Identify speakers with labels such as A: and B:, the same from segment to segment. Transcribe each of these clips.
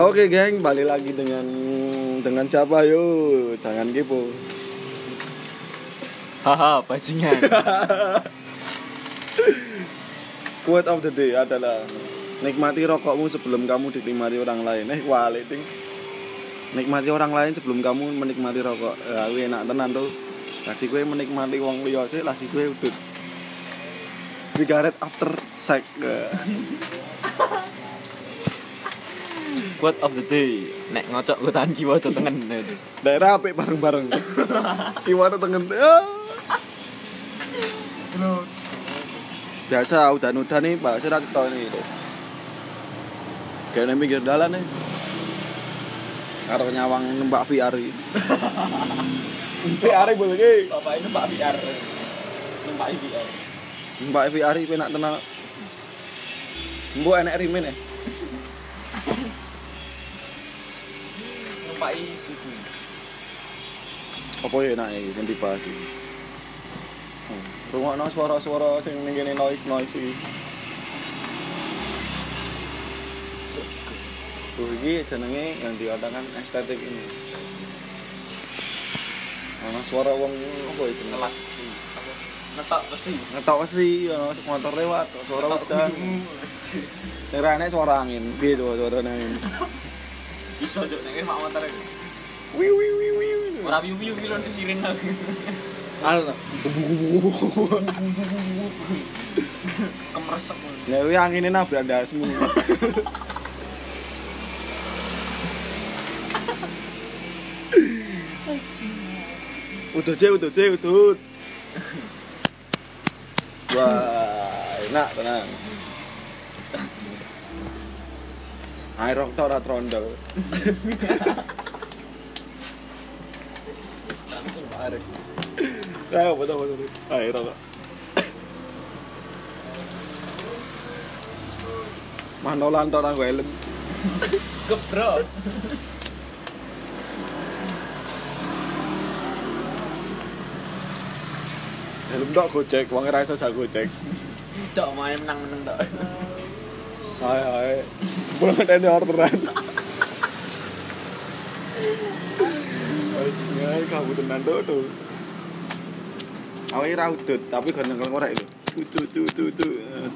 A: Oke geng, balik lagi dengan dengan siapa yuk? Jangan kepo.
B: Haha, pancingan.
A: Quote of the day adalah nikmati rokokmu sebelum kamu dinikmati orang lain. Eh, wale ting. Nikmati orang lain sebelum kamu menikmati rokok. Ya, aku enak tenan tuh. Lagi gue menikmati wong liya sih, lagi gue udut. Cigarette after sex. Eh,
B: Quote of the day. Nek ngocok gue tahan kiwa cok tengen.
A: Daerah apik bareng-bareng. Iwat tengen. Ah. Biasa udan-udan nih, Pak. Saya cerita ini. Kayak nang pinggir dalan nih. Karo nyawang nembak VR. iki. VR boleh ki.
B: Bapak ini Pak VR. Numpak VR.
A: Nembak VR iki penak tenan. Mbok enek rimin ya.
B: Numpak Isuzu.
A: Apa ya enak iki sing dibahas iki. Hmm. Rungokno suara-suara sing ning kene noise-noise iki. Tuh iki jenenge ganti otakan estetik ini. Ana suara wong apa ya jenenge?
B: Ngelas. Apa? Ngetok besi.
A: ngetok sih ya, motor lewat suara udan sing ra enek suara angin piye coba suara angin
B: Iso cok nengen mak motor ini.
A: wi wi wi wi
B: Ora wiu-wiu kilon disirin lagi.
A: ana
B: Kemeresek.
A: ya wi angine nabrak ndasmu udah cek udah cek udah wah enak tenang air rok tok ora trondol
B: Langsung Pak Arek.
A: Ayo, betul, betul. Ayo, rokok. Manolan to nang helm.
B: Gebro.
A: Helm tok Gojek, wong ora iso jak Gojek.
B: Cok main menang-menang tok.
A: Ayo, ayo. Pulang ngenteni orderan. Ayo, kamu tenan to to. Awake ra udut, tapi gon nengkel ngorek lho. Cucu cucu cucu.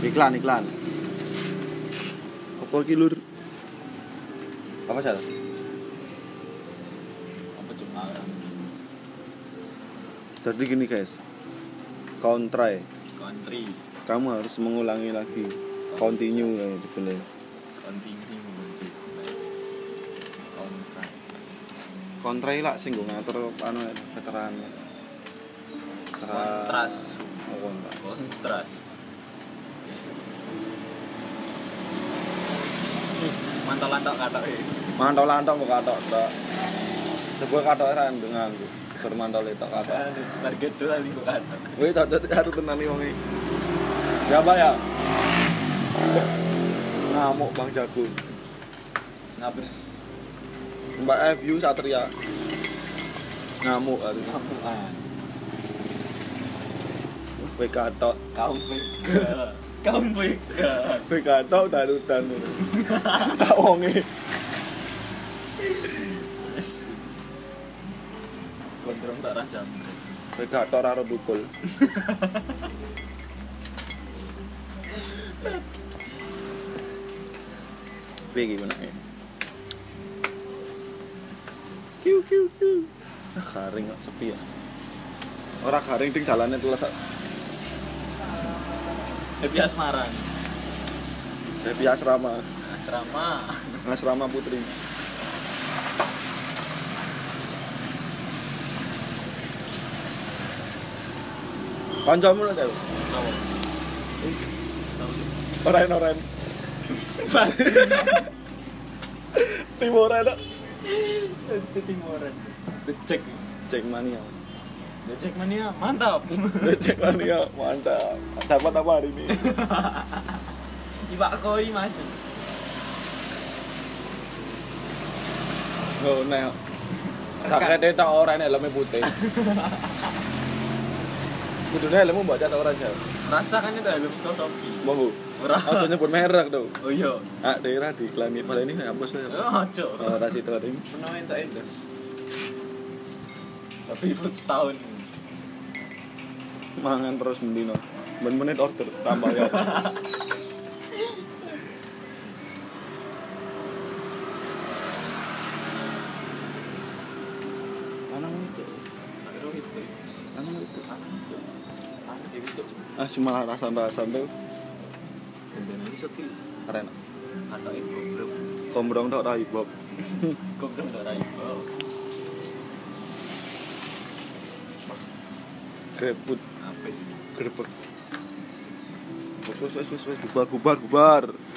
A: Iklan, iklan. Apa iki, Lur? Apa salah?
B: Apa cok marah?
A: Jadi gini, guys. Kontrai.
B: Country.
A: kamu harus mengulangi lagi continue ya sebenarnya
B: Continue. Kontrak.
A: kontrai lah sing gue ngatur anu veteran veteran
B: Kontras.
A: oh, kontras
B: kontras mantolan tok katok e
A: mantau lantau mau katok tak sebuah katok era dengan bermantau letak katok
B: target dua kali kok katok
A: wih cocok harus tenani wongi siapa ya ngamuk bang jagung
B: ngabers
A: mbak FU satria ngamuk harus
B: ngamukan
A: wih katok
B: kau PK kau PK
A: wih katok darutan sawongi
B: gondrong tak rajam
A: wih katok raro bukul Piye gimana ya? Kiu kiu kiu. Ah, garing kok sepi ya. Ora garing ding dalane teles sak
B: happy asmara
A: Happy asrama,
B: asrama
A: asrama putri. Kancamu lho, Sel.
B: Tahu. Eh, Tahu sih.
A: Oren oren. Timoren.
B: eh, Timoran Dicek
A: Cek mania.
B: Dicek mania mantap
A: Cek mania, mantap. Dapat apa hari ini?
B: Iwak koi masih
A: Oh, nek. Jakete tok ora nek leme putih. Kudunya helmmu mbak Cat, orang Cat.
B: Rasa kan itu helm topi.
A: Monggo.
B: Ora.
A: Aja nyebut merek dong.
B: Oh iya.
A: Ah, daerah di Klami pada ini hapus ya.
B: Oh, Ojo.
A: Oh, Rasi itu tim.
B: Pernah minta endorse. Tapi ikut setahun.
A: Mangan terus mendino. Ben menit order tambah ya. Lanang itu,
B: Aku itu.
A: lanang itu.
B: Aku itu. Aku itu.
A: Ah, cuma rasan-rasan tuh
B: Dan ini sepi.
A: keren.
B: Ada yang goblok.
A: Kombrong tok rai bob.
B: Goblok gak raih bau.
A: Grabfood,
B: Apa ini?
A: grebek. Wes wes wes wes, bubar bubar bubar.